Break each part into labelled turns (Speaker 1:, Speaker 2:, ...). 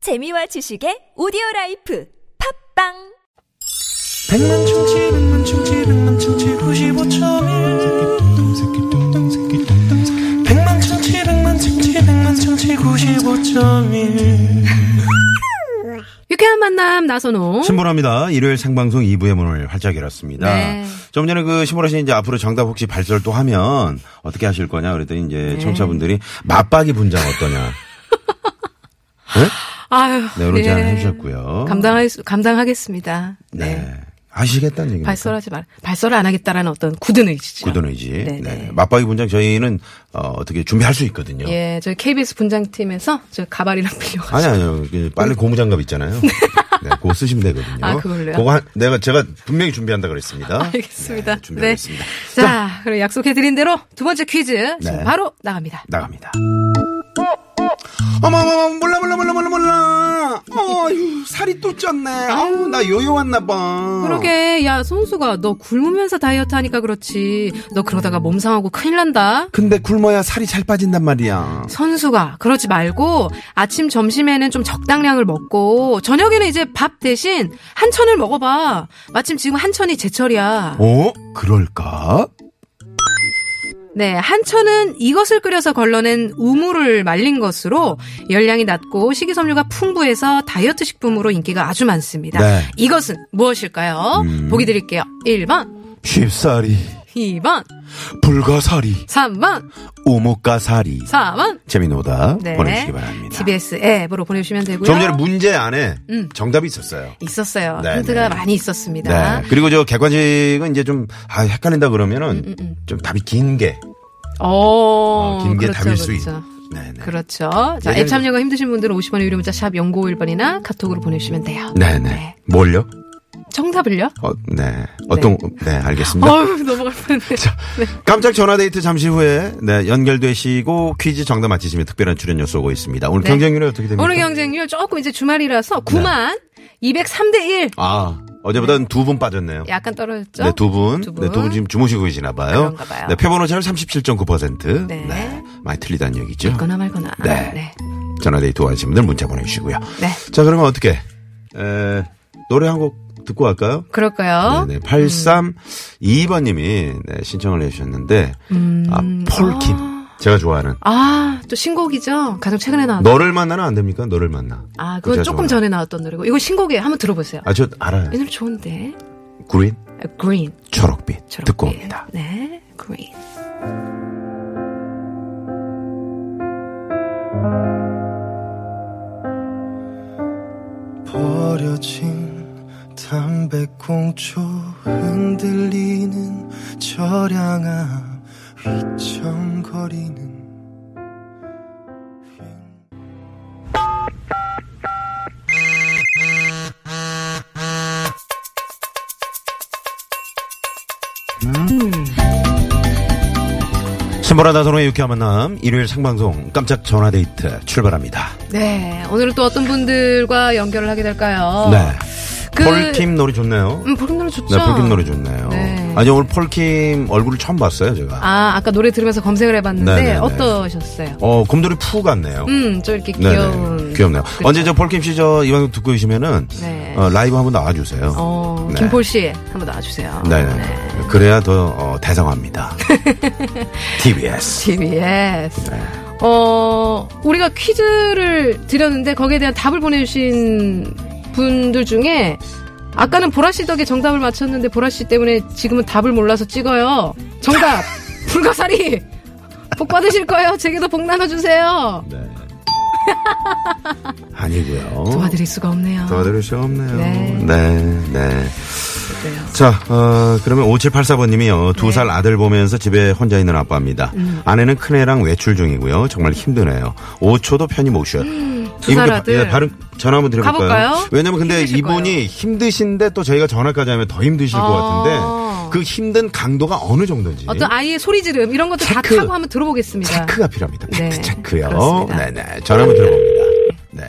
Speaker 1: 재미와 지식의 오디오 라이프 팝빵
Speaker 2: 백만 충치 백만 충치 백만 충치 95.1 백만 충치 백만 충치 백만 충치 95.1
Speaker 3: 유쾌한 만남 나선호.
Speaker 4: 신보라입니다. 일요일 생방송 2부의 문을 활짝 열었습니다.
Speaker 3: 네.
Speaker 4: 좀 전에 그 신보라 씨 이제 앞으로 정답 혹시 발설 또 하면 어떻게 하실 거냐 그랬더니 이제
Speaker 3: 네.
Speaker 4: 청취자분들이 맞박이 분장 어떠냐. 네?
Speaker 3: 아유.
Speaker 4: 네, 이런 제안 해주셨고요.
Speaker 3: 감당할 수, 감당하겠습니다.
Speaker 4: 네.
Speaker 3: 네.
Speaker 4: 아시겠다는 얘기입니다.
Speaker 3: 발설하지 말. 발설을 안 하겠다라는 어떤 굳은 의지죠.
Speaker 4: 굳은 의지. 네.
Speaker 3: 네,
Speaker 4: 네.
Speaker 3: 네.
Speaker 4: 맞박이 분장 저희는 어, 어떻게 준비할 수 있거든요.
Speaker 3: 예, 저희 KBS 분장팀에서 저 가발이랑 빌려가지고.
Speaker 4: 네. 아니 아니요. 그 빨리 고무장갑 있잖아요. 네, 그거 쓰시면 되거든요.
Speaker 3: 음. 아, 그걸로요?
Speaker 4: 그거 한- 내가 제가 분명히 준비한다 그랬습니다.
Speaker 3: 알겠습니다.
Speaker 4: 네, 준비하겠습니다.
Speaker 3: 자, 그럼 약속해드린 대로 두 번째 퀴즈 지금
Speaker 4: 네.
Speaker 3: 바로 나갑니다.
Speaker 4: 나갑니다. 어머, 어머, 어머, 몰라, 몰라, 몰라, 몰라, 몰라. 어휴, 살이 또 쪘네. 아우, 나 요요 왔나 봐.
Speaker 3: 그러게, 야, 송수가 너 굶으면서 다이어트 하니까 그렇지. 너 그러다가 몸 상하고 큰일 난다.
Speaker 4: 근데 굶어야 살이 잘 빠진단 말이야.
Speaker 3: 선수가 그러지 말고 아침 점심에는 좀 적당량을 먹고 저녁에는 이제 밥 대신 한천을 먹어봐 마침 지금 한천이 제철이야
Speaker 4: 어? 그럴까?
Speaker 3: 네 한천은 이것을 끓여서 걸러낸 우물을 말린 것으로 열량이 낮고 식이섬유가 풍부해서 다이어트 식품으로 인기가 아주 많습니다
Speaker 4: 네. 음.
Speaker 3: 이것은 무엇일까요 보기 드릴게요 1번
Speaker 4: 쉽사리,
Speaker 3: 2번
Speaker 4: 불가사리,
Speaker 3: 3번
Speaker 4: 오목가사리.
Speaker 3: 4번
Speaker 4: 재미노다.
Speaker 3: 네.
Speaker 4: 보내주시기 바랍니다.
Speaker 3: TBS 앱으로 보내주시면 되고요
Speaker 4: 좀 전에 문제 안에
Speaker 3: 음.
Speaker 4: 정답이 있었어요.
Speaker 3: 있었어요
Speaker 4: 네,
Speaker 3: 힌트가
Speaker 4: 네.
Speaker 3: 많이 있었습니다
Speaker 4: 네. 그리고 저 객관식은 이제 좀, 아, 헷갈린다 그러면은 좀 답이 긴 게.
Speaker 3: 음, 어,
Speaker 4: 긴 게
Speaker 3: 그렇죠,
Speaker 4: 답일 수 있.
Speaker 3: 그렇죠.
Speaker 4: 네네.
Speaker 3: 그렇죠. 자,
Speaker 4: 예전에-
Speaker 3: 앱 참여가 힘드신 분들은 50원의 유료 문자 샵 0951번이나 카톡으로 보내주시면 돼요.
Speaker 4: 네네.
Speaker 3: 네.
Speaker 4: 뭘요?
Speaker 3: 정답을요?
Speaker 4: 어, 네. 어떤, 네, 알겠습니다.
Speaker 3: 어휴, 넘어갈 뻔했네.
Speaker 4: 깜짝 전화데이트 잠시 후에, 네, 연결되시고 퀴즈 정답 맞히시면 특별한 출연료 쏘고 있습니다. 오늘
Speaker 3: 네.
Speaker 4: 경쟁률이 어떻게 됩니까?
Speaker 3: 오늘 경쟁률 조금 이제
Speaker 4: 네.
Speaker 3: 주말이라서 9만 203대 1.
Speaker 4: 아, 어제보다는 두 분 빠졌네요.
Speaker 3: 약간 떨어졌죠?
Speaker 4: 네, 두 분.
Speaker 3: 두
Speaker 4: 네, 두 분 지금 주무시고 계시나 봐요.
Speaker 3: 그런가 봐요.
Speaker 4: 네, 표본 오차율 37.9%.
Speaker 3: 네.
Speaker 4: 많이 틀리다는 얘기죠.
Speaker 3: 거나 말거나.
Speaker 4: 네.
Speaker 3: 네.
Speaker 4: 전화데이트 원하시는 분들 문자 보내주시고요.
Speaker 3: 네.
Speaker 4: 자, 그러면 어떻게, 에, 노래 한 곡 듣고 갈까요?
Speaker 3: 그럴까요?
Speaker 4: 네네. 832번님이 네, 신청을 해주셨는데,
Speaker 3: 음.
Speaker 4: 아, 폴킴. 제가 좋아하는.
Speaker 3: 아, 또 신곡이죠? 가장 최근에 나왔던.
Speaker 4: 너를 만나는 안 됩니까? 너를 만나.
Speaker 3: 네. 아, 그건
Speaker 4: 제가
Speaker 3: 조금
Speaker 4: 좋아하는.
Speaker 3: 전에 나왔던 노래고. 이거 신곡이에요. 한번 들어보세요.
Speaker 4: 아, 저 알아요.
Speaker 3: 이 노래 좋은데.
Speaker 4: 그린,
Speaker 3: 그린.
Speaker 4: 초록빛.
Speaker 3: 초록빛.
Speaker 4: 듣고 옵니다.
Speaker 3: 네, 그린.
Speaker 2: 버려진 담배꽁초 흔들리는 절양아 휘청거리는
Speaker 4: 신보라 다선호의 유쾌한 만남, 일요일 생방송 깜짝 전화데이트 출발합니다.
Speaker 3: 네, 오늘은 또 어떤 분들과 연결을 하게 될까요?
Speaker 4: 네.
Speaker 3: 어, 그-
Speaker 4: 폴킴 노래 좋네요.
Speaker 3: 음, 볼킴 노래 좋죠?
Speaker 4: 네, 폴킴 노래 좋네요.
Speaker 3: 네.
Speaker 4: 아니, 오늘 폴킴 얼굴을 처음 봤어요, 제가.
Speaker 3: 아, 아까 노래 들으면서 검색을 해봤는데
Speaker 4: 네네네.
Speaker 3: 어떠셨어요?
Speaker 4: 어, 곰돌이 푸 같네요.
Speaker 3: 음, 좀 이렇게
Speaker 4: 네네.
Speaker 3: 귀여운.
Speaker 4: 귀엽네요.
Speaker 3: 그쵸?
Speaker 4: 언제 저 폴킴 씨 저 이왕 듣고 계시면은
Speaker 3: 네.
Speaker 4: 어, 라이브 한번 나와주세요.
Speaker 3: 어,
Speaker 4: 네.
Speaker 3: 김폴 씨, 한번 나와주세요.
Speaker 4: 네네. 그래야 더 어, 대성합니다. TBS.
Speaker 3: TBS.
Speaker 4: 네.
Speaker 3: 어, 우리가 퀴즈를 드렸는데 거기에 대한 답을 보내주신 분들 중에 아까는 보라 씨 덕에 정답을 맞췄는데 보라 씨 때문에 지금은 답을 몰라서 찍어요. 정답! 불가사리! 복 받으실 거예요. 제게도 복 나눠주세요.
Speaker 4: 네. 아니고요.
Speaker 3: 도와드릴 수가 없네요.
Speaker 4: 도와드릴 수 없네요.
Speaker 3: 네.
Speaker 4: 네. 네. 자, 어, 그러면 5784번님이요. 두
Speaker 3: 네.
Speaker 4: 살 아들 보면서 집에 혼자 있는 아빠입니다.
Speaker 3: 음.
Speaker 4: 아내는 큰애랑 외출 중이고요. 정말 힘드네요. 5초도 편히 못 쉬어요.
Speaker 3: 음, 두살 아들.
Speaker 4: 예, 바로 전화 한번 드려볼까요?
Speaker 3: 가볼까요?
Speaker 4: 왜냐면 근데
Speaker 3: 힘드실
Speaker 4: 이분이 힘드신데 또 저희가 전화까지 하면 더 힘드실
Speaker 3: 아.
Speaker 4: 것 같은데 그 힘든 강도가 어느 정도인지.
Speaker 3: 어떤 아이의 소리 지름 이런 것도 다
Speaker 4: 체크.
Speaker 3: 타고 한번 들어보겠습니다.
Speaker 4: 체크가 필요합니다.
Speaker 3: 네,
Speaker 4: 팩트 체크요.
Speaker 3: 그렇습니다.
Speaker 4: 네네. 전화 한번 들어봅니다. 네.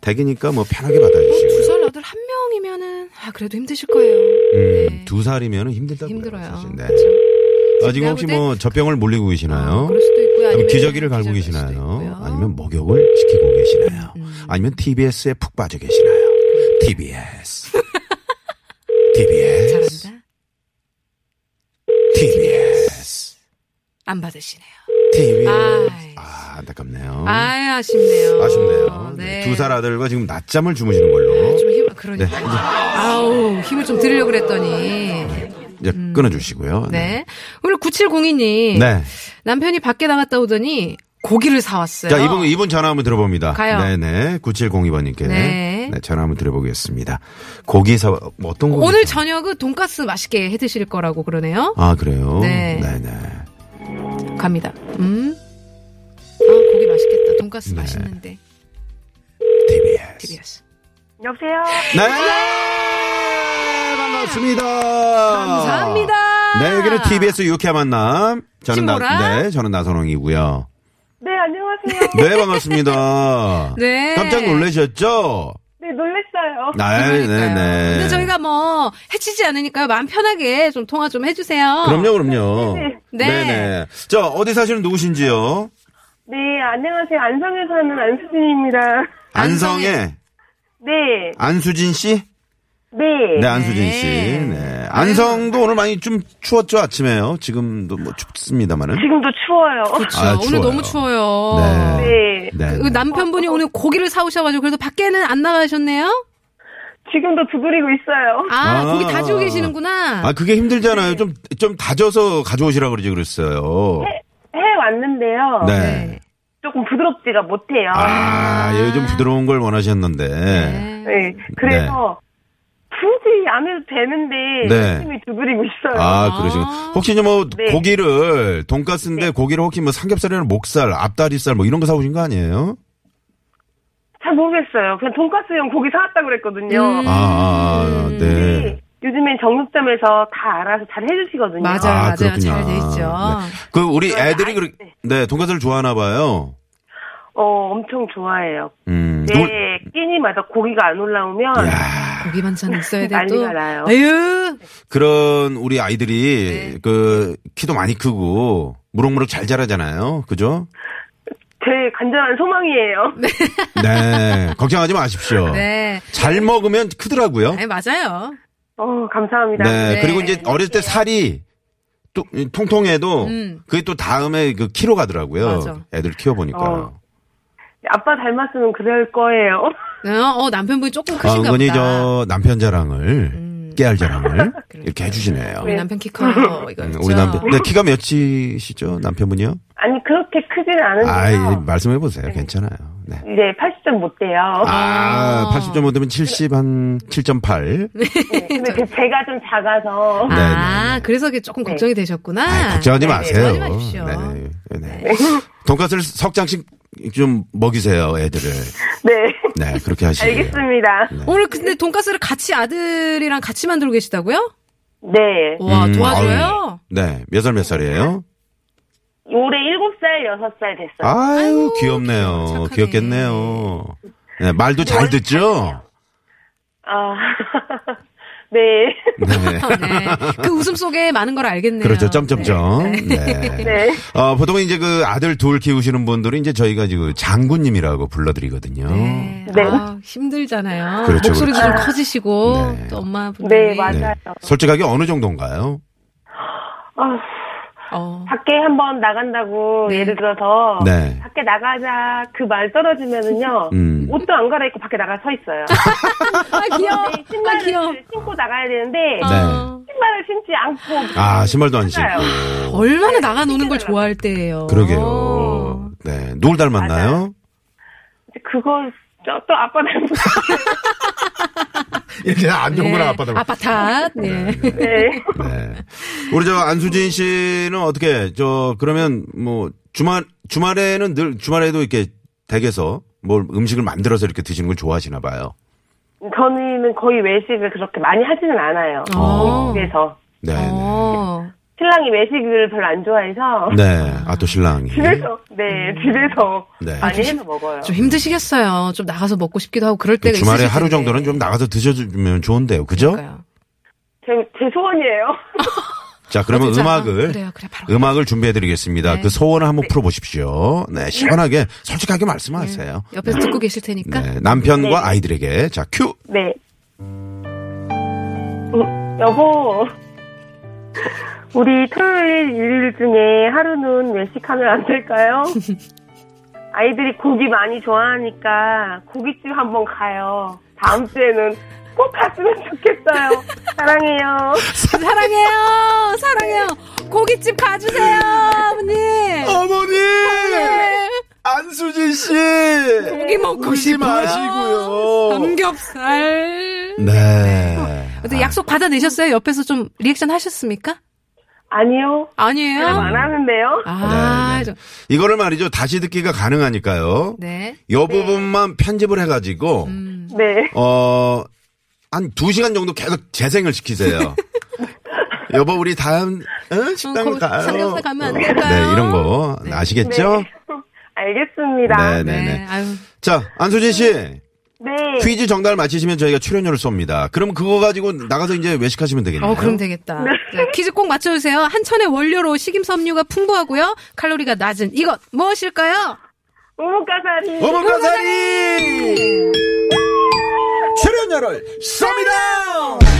Speaker 4: 대기니까 뭐 편하게
Speaker 3: 어, 두
Speaker 4: 받아주시고요.
Speaker 3: 살 아들 한 명이면은 아 그래도 힘드실 거예요.
Speaker 4: 음,
Speaker 3: 네.
Speaker 4: 두 살이면 힘들다고요.
Speaker 3: 힘들어요.
Speaker 4: 사실. 네.
Speaker 3: 그쵸?
Speaker 4: 아, 지금 혹시 뭐 젖병을 물리고 계시나요?
Speaker 3: 그럴 수도 있고요. 있고요. 아니면
Speaker 4: 기저귀를 갈고
Speaker 3: 기저귀일 수도
Speaker 4: 계시나요?
Speaker 3: 있고요. 음.
Speaker 4: 아니면 뭐? 목욕을 시키고 계시나요? 아니면 TBS에 푹 빠져 계시나요? TBS. TBS.
Speaker 3: 잘한다.
Speaker 4: TBS.
Speaker 3: 안 받으시네요.
Speaker 4: TBS.
Speaker 3: 아이.
Speaker 4: 아, 안타깝네요.
Speaker 3: 아 아쉽네요.
Speaker 4: 아쉽네요. 두 네. 살 아들과 지금 낮잠을 주무시는 걸로.
Speaker 3: 좀 힘, 그러니까. 아우, 힘을 좀 드리려고 그랬더니.
Speaker 4: 이제
Speaker 3: 음.
Speaker 4: 끊어주시고요.
Speaker 3: 네. 오늘 9702님.
Speaker 4: 아, 네.
Speaker 3: 남편이 밖에 나갔다 오더니 고기를 사왔어요.
Speaker 4: 자, 이분, 이분 전화 한번 들어봅니다.
Speaker 3: 가요.
Speaker 4: 네네. 9702번님께.
Speaker 3: 네.
Speaker 4: 전화 한번 들어보겠습니다. 고기 사, 뭐 어떤 고기?
Speaker 3: 오늘
Speaker 4: 사-
Speaker 3: 저녁은 돈가스 맛있게 해 드실 거라고 그러네요.
Speaker 4: 아, 그래요?
Speaker 3: 네.
Speaker 4: 네네.
Speaker 3: 갑니다. 음. 아, 고기 맛있겠다. 돈가스
Speaker 4: 네.
Speaker 3: 맛있는데.
Speaker 4: TBS.
Speaker 3: TBS.
Speaker 5: 여보세요.
Speaker 4: 네! 반갑습니다.
Speaker 3: 감사합니다.
Speaker 4: 아. 네, 여기는 TBS 유쾌 만남. 저는
Speaker 3: 신보라.
Speaker 4: 네, 저는 나선홍이고요.
Speaker 5: 네, 안녕하세요.
Speaker 4: 네, 반갑습니다.
Speaker 3: 네.
Speaker 4: 깜짝 놀라셨죠?
Speaker 5: 네, 놀랬어요.
Speaker 4: 네, 네, 네.
Speaker 3: 근데 저희가 뭐 해치지 않으니까요. 마음 편하게 좀 통화 좀 해주세요.
Speaker 4: 그럼요, 그럼요.
Speaker 3: 어. 네.
Speaker 4: 네저 어디 사시는 누구신지요?
Speaker 5: 네, 안녕하세요. 안성에 사는 안수진입니다.
Speaker 3: 안성에.
Speaker 4: 안성의
Speaker 5: 네,
Speaker 4: 안수진 씨?
Speaker 5: 네.
Speaker 4: 네, 안수진 씨.
Speaker 3: 네.
Speaker 4: 네. 안성도 오늘 많이 좀 추웠죠, 아침에요. 지금도 뭐 춥습니다만은.
Speaker 5: 지금도 추워요.
Speaker 3: 그쵸.
Speaker 4: 아,
Speaker 3: 오늘
Speaker 4: 추워요.
Speaker 3: 너무 추워요.
Speaker 4: 네.
Speaker 5: 네,
Speaker 4: 네.
Speaker 3: 그 남편분이 오늘 고기를 사오셔가지고 그래서 밖에는 안 나가셨네요?
Speaker 5: 지금도 두드리고 있어요.
Speaker 3: 아,
Speaker 4: 아.
Speaker 3: 고기 다지고 계시는구나.
Speaker 4: 아, 그게
Speaker 3: 네.
Speaker 4: 힘들잖아요. 좀, 좀 다져서 가져오시라 그러지 그랬어요.
Speaker 5: 해 왔는데요.
Speaker 4: 네.
Speaker 5: 조금 부드럽지가 못해요.
Speaker 4: 아, 예, 좀 부드러운 걸 원하셨는데.
Speaker 3: 네.
Speaker 5: 네, 그래서 굳이 안 해도 되는데
Speaker 4: 네.
Speaker 5: 열심히 두드리고 있어요.
Speaker 4: 아, 그러시군. 혹시 이제 뭐,
Speaker 5: 네.
Speaker 4: 고기를, 돈가스인데
Speaker 3: 네.
Speaker 4: 고기를 혹시 뭐 삼겹살이나 목살, 앞다리살 뭐 이런 거 사오신 거 아니에요?
Speaker 5: 잘 모르겠어요. 그냥 돈가스용 고기 사왔다 그랬거든요.
Speaker 4: 아, 아, 아,
Speaker 3: 음.
Speaker 4: 네.
Speaker 5: 네, 요즘엔 정육점에서 다 알아서 잘 해주시거든요.
Speaker 3: 맞아요, 맞아요. 잘돼 있죠.
Speaker 4: 네. 그 우리 애들이 그렇 네, 돈가스를 좋아하나 봐요.
Speaker 5: 어, 엄청 좋아해요.
Speaker 4: 음.
Speaker 3: 네.
Speaker 5: 내
Speaker 4: 누굴-
Speaker 5: 네, 끼니마다 고기가 안 올라오면
Speaker 4: 야,
Speaker 3: 고기 반찬 있어야 돼
Speaker 5: 난리가
Speaker 3: 또.
Speaker 5: 나요.
Speaker 3: 에휴.
Speaker 4: 그런 우리
Speaker 3: 네.
Speaker 4: 아이들이 그 키도 많이 크고 무럭무럭 잘 자라잖아요. 그죠?
Speaker 5: 제 간절한 소망이에요.
Speaker 4: 네. 걱정하지 마십시오.
Speaker 3: 네.
Speaker 4: 잘 먹으면 크더라고요.
Speaker 3: 네, 맞아요.
Speaker 5: 어, 감사합니다.
Speaker 4: 네.
Speaker 3: 네.
Speaker 4: 그리고 이제 어릴 때 살이 또 통통해도
Speaker 3: 음.
Speaker 4: 그게 또 다음에 그 키로 가더라고요.
Speaker 3: 맞아.
Speaker 4: 애들 키워 보니까요.
Speaker 5: 어. 아빠 닮았으면 그럴 거예요.
Speaker 3: 어, 어, 남편분이 조금
Speaker 4: 아,
Speaker 3: 크신가
Speaker 4: 은근히
Speaker 3: 보다. 음.
Speaker 4: 저 남편 자랑을 깨알 자랑을 이렇게
Speaker 3: 그러니까요.
Speaker 4: 해주시네요.
Speaker 3: 우리 남편 키 커요. 이거.
Speaker 4: 음, 우리 남편. 네, 키가 몇이시죠? 남편분이요?
Speaker 5: 아니, 그렇게 크진
Speaker 4: 아, 예,
Speaker 5: 않은데요.
Speaker 4: 말씀해 보세요. 괜찮아요. 네.
Speaker 5: 이제 80점 못 돼요.
Speaker 4: 아, 80점 얻으면 70, 한 7.8.
Speaker 5: 근데 그 제가 좀 작아서
Speaker 3: 아, 그래서 그게 조금 걱정이 되셨구나.
Speaker 4: 네, 아, 걱정하지
Speaker 3: 네,
Speaker 4: 마세요.
Speaker 3: 걱정하지 마십시오.
Speaker 4: 네, 네. 돈가스를 석장씩 좀 먹이세요, 애들을.
Speaker 5: 네.
Speaker 4: 네, 그렇게 하시고요.
Speaker 5: 알겠습니다.
Speaker 3: 오늘 근데 돈가스를 같이 아들이랑 같이 만들고 계시다고요?
Speaker 5: 네.
Speaker 3: 와,
Speaker 4: 음, 아유.
Speaker 3: 도와줘요?
Speaker 4: 네, 몇 살 몇 살이에요?
Speaker 5: 올해 7살, 6살 됐어요.
Speaker 4: 아유,
Speaker 3: 아유,
Speaker 4: 귀엽네요.
Speaker 3: 귀여워, 착하네.
Speaker 4: 귀엽겠네요. 네, 말도 잘 듣죠?
Speaker 5: 아. 네.
Speaker 4: 네.
Speaker 3: 네. 그 웃음 속에 많은 걸 알겠네요.
Speaker 4: 그렇죠. 점점점. 네.
Speaker 5: 네.
Speaker 4: 어, 보통 이제 그 아들 둘 키우시는 분들은 이제 저희가 지금 장군님이라고 불러드리거든요.
Speaker 3: 네.
Speaker 5: 네.
Speaker 3: 아, 힘들잖아요.
Speaker 4: 음. 그렇죠,
Speaker 3: 목소리도
Speaker 4: 그렇죠.
Speaker 3: 좀 커지시고
Speaker 4: 네.
Speaker 3: 또 엄마분이
Speaker 5: 네, 맞아요.
Speaker 4: 솔직하게 어느 정도인가요?
Speaker 5: 아,
Speaker 3: 어.
Speaker 5: 밖에 한번 나간다고
Speaker 3: 네.
Speaker 5: 예를 들어서
Speaker 4: 네.
Speaker 5: 밖에 나가자 그 말 떨어지면은요
Speaker 4: 음.
Speaker 5: 옷도 안 갈아입고 밖에 나가 서 있어요.
Speaker 3: 아 귀여워.
Speaker 5: 근데
Speaker 3: 아 귀여워.
Speaker 5: 네, 신발을 신고 나가야 되는데
Speaker 4: 네.
Speaker 5: 신발을 신지 않고
Speaker 4: 아, 신발도 안 신고.
Speaker 5: 맞아요. 네,
Speaker 3: 얼마나 나가 노는 걸 좋아할 때예요. 어.
Speaker 4: 그러게요. 네. 누굴 닮았나요?
Speaker 5: 그걸 저- 또 아빠 닮은
Speaker 4: 이렇게 예, 안 좋은 건 아빠 닮았
Speaker 3: 네. 아빠 탓. 네.
Speaker 5: 네.
Speaker 4: 네. 우리 저 안수진 씨는 어떻게, 저, 그러면 뭐, 주말, 주말에는 늘, 주말에도 이렇게 댁에서 뭘 음식을 만들어서 이렇게 드시는 걸 좋아하시나 봐요.
Speaker 5: 저는 거의 외식을 그렇게 많이 하지는 않아요.
Speaker 4: 어.
Speaker 5: 그래서
Speaker 4: 네. 네.
Speaker 3: 어.
Speaker 5: 신랑이 외식을 별로 안 좋아해서
Speaker 4: 네. 아, 또 신랑이.
Speaker 5: 집에서 네 집에서
Speaker 4: 네.
Speaker 5: 많이 해서 먹어요.
Speaker 3: 좀 힘드시겠어요. 좀 나가서 먹고 싶기도 하고 그럴 때가
Speaker 4: 주말에
Speaker 3: 있으실
Speaker 4: 하루
Speaker 3: 텐데.
Speaker 4: 정도는 좀 나가서 드셔주면 좋은데요. 그죠?
Speaker 3: 그러니까요.
Speaker 5: 제, 제 소원이에요.
Speaker 4: 자, 그러면
Speaker 3: 어디잖아.
Speaker 4: 음악을
Speaker 3: 그래요. 그래, 바로
Speaker 4: 음악을 준비해 드리겠습니다.
Speaker 3: 네.
Speaker 4: 그 소원을 한번 풀어 보십시오. 네, 시원하게 솔직하게 말씀하세요.
Speaker 3: 옆에서 듣고 계실 테니까. 음.
Speaker 4: 네, 남편과 아이들에게 자, 큐.
Speaker 5: 네. 어, 여보. 우리 토요일, 일요일 중에 하루는 외식하면 안 될까요? 아이들이 고기 많이 좋아하니까 고깃집 한번 가요. 다음 주에는 꼭 갔으면 좋겠어요. 사랑해요.
Speaker 3: 사랑해요. 사랑해요. 고깃집 가주세요. 아버님.
Speaker 4: 어머니! 안수진 씨!
Speaker 3: 고기 먹고
Speaker 4: 웃지
Speaker 3: 싶어요. 음.
Speaker 4: 마시고요.
Speaker 3: 삼겹살.
Speaker 4: 네.
Speaker 3: 근데 약속 받아내셨어요? 옆에서 좀 리액션 하셨습니까?
Speaker 5: 아니요.
Speaker 3: 아니에요?
Speaker 5: 안 하는데요.
Speaker 3: 아,
Speaker 4: 네,
Speaker 3: 좀-
Speaker 4: 이거를 말이죠. 다시 듣기가 가능하니까요.
Speaker 3: 네. 음.
Speaker 4: 요 부분만 편집을 해 가지고
Speaker 5: 네.
Speaker 4: 어, 한 두시간 정도 계속 재생을 시키세요. 여보, 우리 다음, 어? 식당
Speaker 3: 거-
Speaker 4: 가요.
Speaker 3: 삼겹살 가면 안
Speaker 4: 어,
Speaker 3: 될까요?
Speaker 4: 네, 이런 거. 아시겠죠?
Speaker 5: 알겠습니다.
Speaker 4: 네, 네, 네.
Speaker 3: 아유.
Speaker 4: 자, 안수진 씨.
Speaker 5: 네.
Speaker 4: 퀴즈 정답을 맞히시면 저희가 출연료를 쏩니다. 그럼 그거 가지고 나가서 이제 외식하시면 되겠네요.
Speaker 3: 어, 그럼 되겠다. 자, 퀴즈 꼭 맞춰주세요. 한천의 원료로 식임섬유가 풍부하고요. 칼로리가 낮은 이것 무엇일까요?
Speaker 5: 우뭇가사리.
Speaker 4: 어? 어묵가사리! 출연료를 쏩니다!
Speaker 3: 네.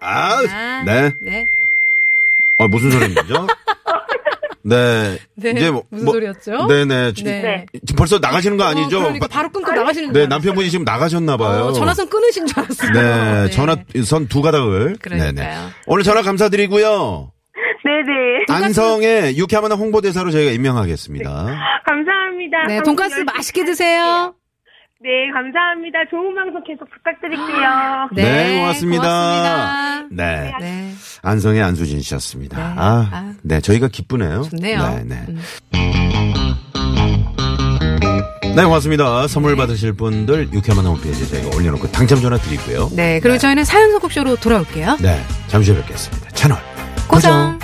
Speaker 4: 아, 네.
Speaker 3: 네.
Speaker 4: 아, 무슨 소리인 거죠? 네.
Speaker 3: 네, 무슨 소리였죠?
Speaker 4: 네네.
Speaker 3: 네.
Speaker 4: 지금 벌써 나가시는 거 아니죠?
Speaker 3: 어, 그러니까 바로 끊고 나가시는
Speaker 4: 네,
Speaker 3: 줄
Speaker 4: 남편분이 지금 나가셨나봐요.
Speaker 3: 알았어요. 어, 전화선 끊으신 줄 알았어요.
Speaker 4: 네, 전화선 두 가닥을.
Speaker 3: 그러니까요.
Speaker 4: 오늘 전화 감사드리고요.
Speaker 5: 네네.
Speaker 4: 안성의 유쾌한 홍보대사로 저희가 임명하겠습니다.
Speaker 5: 감사합니다.
Speaker 3: 네,
Speaker 5: 방송
Speaker 3: 돈가스
Speaker 5: 열심히
Speaker 3: 맛있게 드세요.
Speaker 5: 네, 감사합니다. 좋은 방송 계속
Speaker 3: 아,
Speaker 5: 부탁드릴게요.
Speaker 4: 네, 고맙습니다. 네.
Speaker 3: 고맙습니다. 네.
Speaker 4: 안성의 안수진 씨였습니다.
Speaker 3: 네.
Speaker 4: 아,
Speaker 3: 아.
Speaker 4: 네, 저희가 기쁘네요.
Speaker 3: 좋네요.
Speaker 4: 네, 네.
Speaker 3: 음.
Speaker 4: 네, 고맙습니다. 선물 받으실 분들 유쾌한 홈페이지에 저희가 올려놓고 당첨 전화 드리고요.
Speaker 3: 네, 그리고 저희는 사연 선곡쇼로 돌아올게요.
Speaker 4: 네, 잠시 후에 뵙겠습니다. 채널
Speaker 3: 고정.